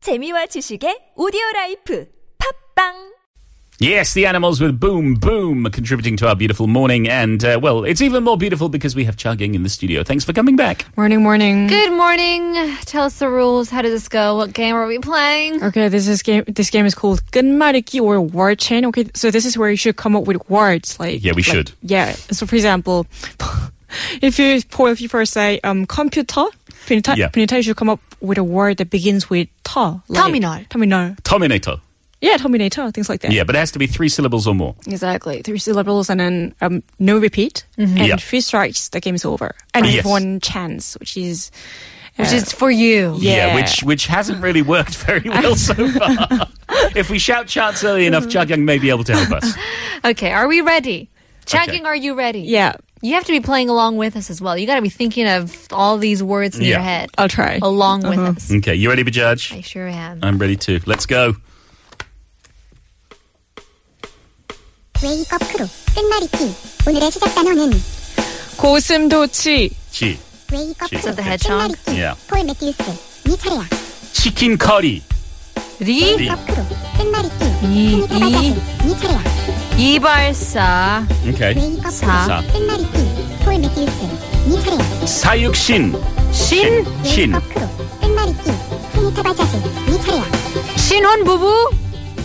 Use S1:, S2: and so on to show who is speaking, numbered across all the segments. S1: 재미와 지식의 오디오 라이프 팝빵
S2: Yes, the animals with Boom Boom contributing to our beautiful morning. And, uh, well, it's even more beautiful because we have Chugging in the studio. Thanks for coming back.
S3: Morning, morning.
S4: Good morning. Tell us the rules. How does this go? What game are we playing?
S3: Okay, this is game. This game is called 끝말잇기 or word chain. Okay, so this is where you should come up with words like.
S2: Yeah, we
S3: like-
S2: should.
S3: Yeah. So, for example, if you for if you first say um computer, 분이타,
S2: Yeah.
S3: 분이타, you should come up with a word that begins with ta. Like,
S4: Terminal.
S3: Terminal.
S2: Terminator.
S3: Yeah, terminator. Things like that.
S2: Yeah, but it has to be three syllables or more.
S3: Exactly. Three syllables and then um no repeat and
S2: Mm-hmm. Yeah. Oh,
S3: three strikes. The game is over. And you
S2: Yes.
S3: have one chance, which is
S4: Which is for you.
S3: Yeah.
S2: which which hasn't really worked very well so far. if we shout chants early enough, Chugging may be able to help us.
S4: Okay, are we ready? Checking,
S2: Okay.
S4: are you ready?
S3: yeah.
S4: You have to be playing along with us as well. You got to be thinking of all these words in
S2: Yeah.
S4: your head
S3: I'll try. Uh-huh. Uh,
S4: along with us.
S2: Okay, you ready, Bajaj?
S4: I sure am.
S2: I'm ready too. Let's go.
S5: 웨이크업 크루 끝말잇기 오늘의 시작 단어는
S3: 고슴도치.
S2: Chi.
S5: 웨이크업
S2: Is
S5: 크루
S2: that the
S4: hedgehog?
S5: 끝말잇기
S2: Yeah.
S5: 폴 매튜스 니 차례야
S2: Chicken curry.
S4: 리
S5: 웨이크업 크루 끝말잇기
S4: 이,
S5: 스니트 바자스 니 차례야
S4: 이발사
S2: Okay.
S5: 웨이크업
S4: 사.
S5: 크루 끝말잇기 폴 매튜스 니 차례야
S2: Sayukshin.
S4: 신
S2: Shin.
S5: 웨이크업 크루 끝말잇기 스니트 바자스 니 차례야
S4: 신혼 부부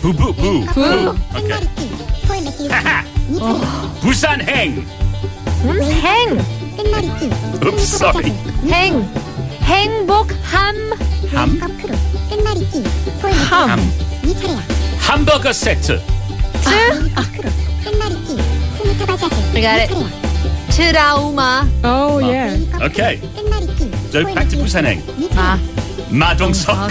S2: Boo boo boo.
S4: 부
S2: Okay.
S5: 끝말잇기 폴 매튜스 니
S2: Oh.
S5: 차례야
S2: Busan Heng.
S4: 행
S5: 끝말잇기
S2: Oops,
S5: 스니트 바자스
S2: sorry.
S5: 니 차례야
S4: 행 행복함
S2: Ham.
S5: 웨이크업 크루 끝말잇기 폴
S2: Ham.
S5: 매튜스 니 차례야
S2: Hamburger set.
S5: 웨이크업 크루 끝말잇기 스니트 바자스 니
S4: got it.
S5: 차례야
S4: 트라우마
S3: Oh yeah.
S2: Okay.
S5: 끝말잇기.
S2: So back to Busan Heng.
S4: 마
S2: Madong sok.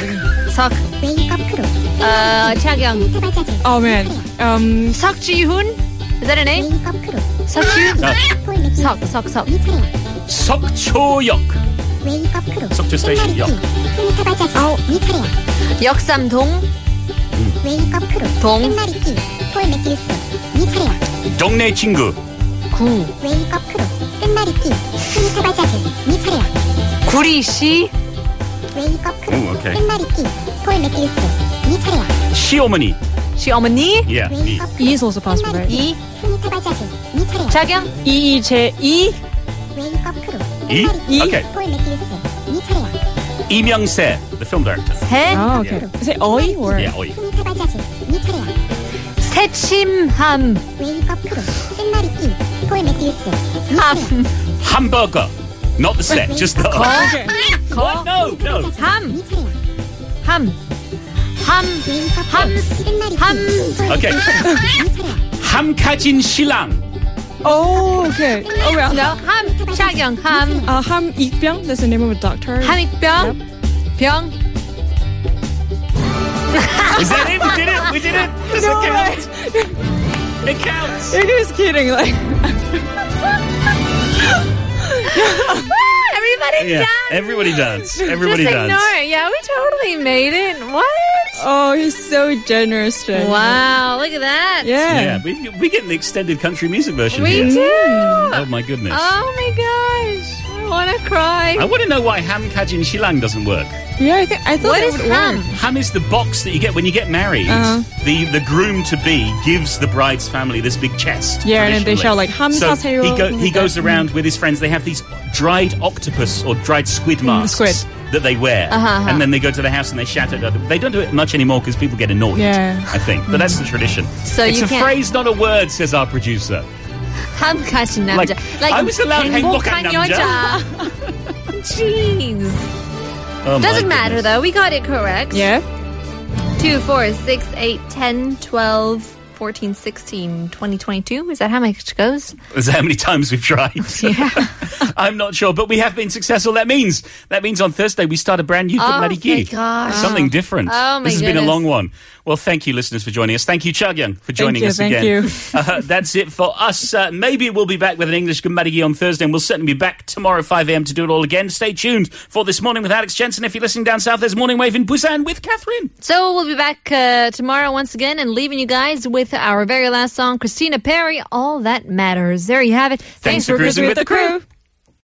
S4: 석,
S5: 웨이크업 크루.
S4: 어, 차경,
S5: 끝 바자지.
S3: Oh man. Um.
S4: 석지훈, is that a name?
S5: 웨이크업 크루.
S4: 석지훈,
S2: 아.
S5: 폴 매튜스.
S4: 석, 석, 석.
S5: 이 차례야.
S2: Sokchoyok.
S5: 웨이크업 크루.
S2: 석주 스테이션
S5: 끝말잇기. 스니트 바자지. 이 차례야.
S4: 역삼동,
S5: 웨이크업 크루.
S4: 동.
S5: 끝말잇기. 폴 매튜스. 이 차례야.
S2: 동네 친구.
S4: 구,
S5: 웨이크업 크루. 끝말잇기. 스니트 바자지. 이 차례야.
S4: 구리시,
S5: 웨이크업 크루.
S2: 오, 오케이.
S5: 끝말잇기. 폴 매튜스. 이 차례야.
S2: 시어머니.
S4: 시어머니,
S2: Yeah. me.
S5: 웨이크업
S3: E
S5: 크루.
S3: is also possible, right?
S4: 이,
S5: 스니트 바자지. 이 차례야.
S4: 차경,
S3: E J E
S5: 웨이크업 크루.
S2: 이?
S5: 끝말잇기.
S2: 오케이.
S5: 폴 매튜스. 이 차례야.
S2: 이명세, the film director.
S4: 세,
S3: Oh, okay. Is it oi or
S2: Yeah, oi.
S5: 스니트 바자지. 이 차례야.
S4: 새침함,
S5: 웨이크업 크루 끝말잇기 폴 매튜스
S4: 함,
S2: Hamburger. Not the set, just the.
S3: okay.
S2: What? No, no.
S4: 함.
S5: 미차야
S4: 함, 함,
S5: 웨이크업
S4: 함.
S5: 크루 끝말잇기
S4: 함.
S5: 폴
S2: 오케이.
S5: 매튜스 미차야
S2: 함카진 신랑.
S3: Oh, okay. Oh well.
S4: 너, 함, 차경, 함,
S3: Uh, Ham Ikbyang. That's the name of a doctor.
S4: 함익병, 병,
S2: Is that it? We did it. We did it. Does
S3: No,
S2: it count? It counts.
S3: It is kidding. Like
S4: everybody
S2: Yeah,
S4: done.
S2: everybody does. Everybody
S4: Just
S2: does.
S4: ignore it. Yeah, we totally made it. What?
S3: oh, he's so generous. Jay.
S4: Wow, look at that.
S3: Yeah.
S2: Yeah, we, we get an extended country music version
S4: We
S2: here.
S4: do.
S2: Oh my goodness.
S4: Oh my gosh, I want to cry.
S2: I want to know why hamkajin shilang doesn't work.
S3: Yeah. I think I thought
S4: what
S3: that
S4: is
S3: would
S4: ham?
S3: work.
S2: Ham is the box that you get when you get married.
S3: Uh-huh.
S2: The the groom to be gives the bride's family this big chest.
S3: Yeah, and then
S2: traditionally.
S3: they shout, like, "Ham
S2: so
S3: saseyo,"
S2: he, go,
S3: things
S2: he
S3: like that.
S2: goes around with his friends. They have these dried octopus or dried squid masks
S3: Mm, squid. Uh-huh,
S2: that they wear, and then they go to the house and they shout at other. They don't do it much anymore because people get annoyed.
S3: Yeah. Mm.
S2: I think, but that's the tradition.
S4: So
S2: it's
S4: you
S2: a
S4: can't-
S2: phrase, not a word, says our producer.
S4: Ham 가신
S2: Like,
S4: 남자.
S2: I was allowed 행복한
S4: 행복한
S2: 남자.
S4: Jeez.
S2: Oh, my
S4: Doesn't matter
S2: goodness.
S4: though. We got it correct.
S3: Yeah.
S4: 2, 4, 6, 8, 10, 12, 14, 16, 20, 22. Is that how much goes?
S2: Is that how many times we've tried? I'm not sure, but we have been successful. That means that means on Thursday we start a brand new
S4: Oh,
S2: Good Bloody
S4: my
S2: Gee.
S4: gosh.
S2: Something different.
S4: Oh, my
S2: this has been a
S4: goodness.
S2: long one. Well, thank you, listeners, for joining us. Thank you, Chagyang, for joining
S3: you,
S2: us
S3: thank
S2: again.
S3: you.
S2: Uh, that's it for us. Uh, maybe we'll be back with an English Good Bloody Gee on Thursday, and we'll certainly be back tomorrow 5 a.m. to do it all again. Stay tuned for This Morning with Alex Jensen. If you're listening down south, there's Morning Wave in Busan with Catherine.
S4: So we'll be back uh, tomorrow once again and leaving you guys with our very last song, Christina Perry, All That Matters. There you have it. Thanks,
S2: for cruising with the
S3: crew.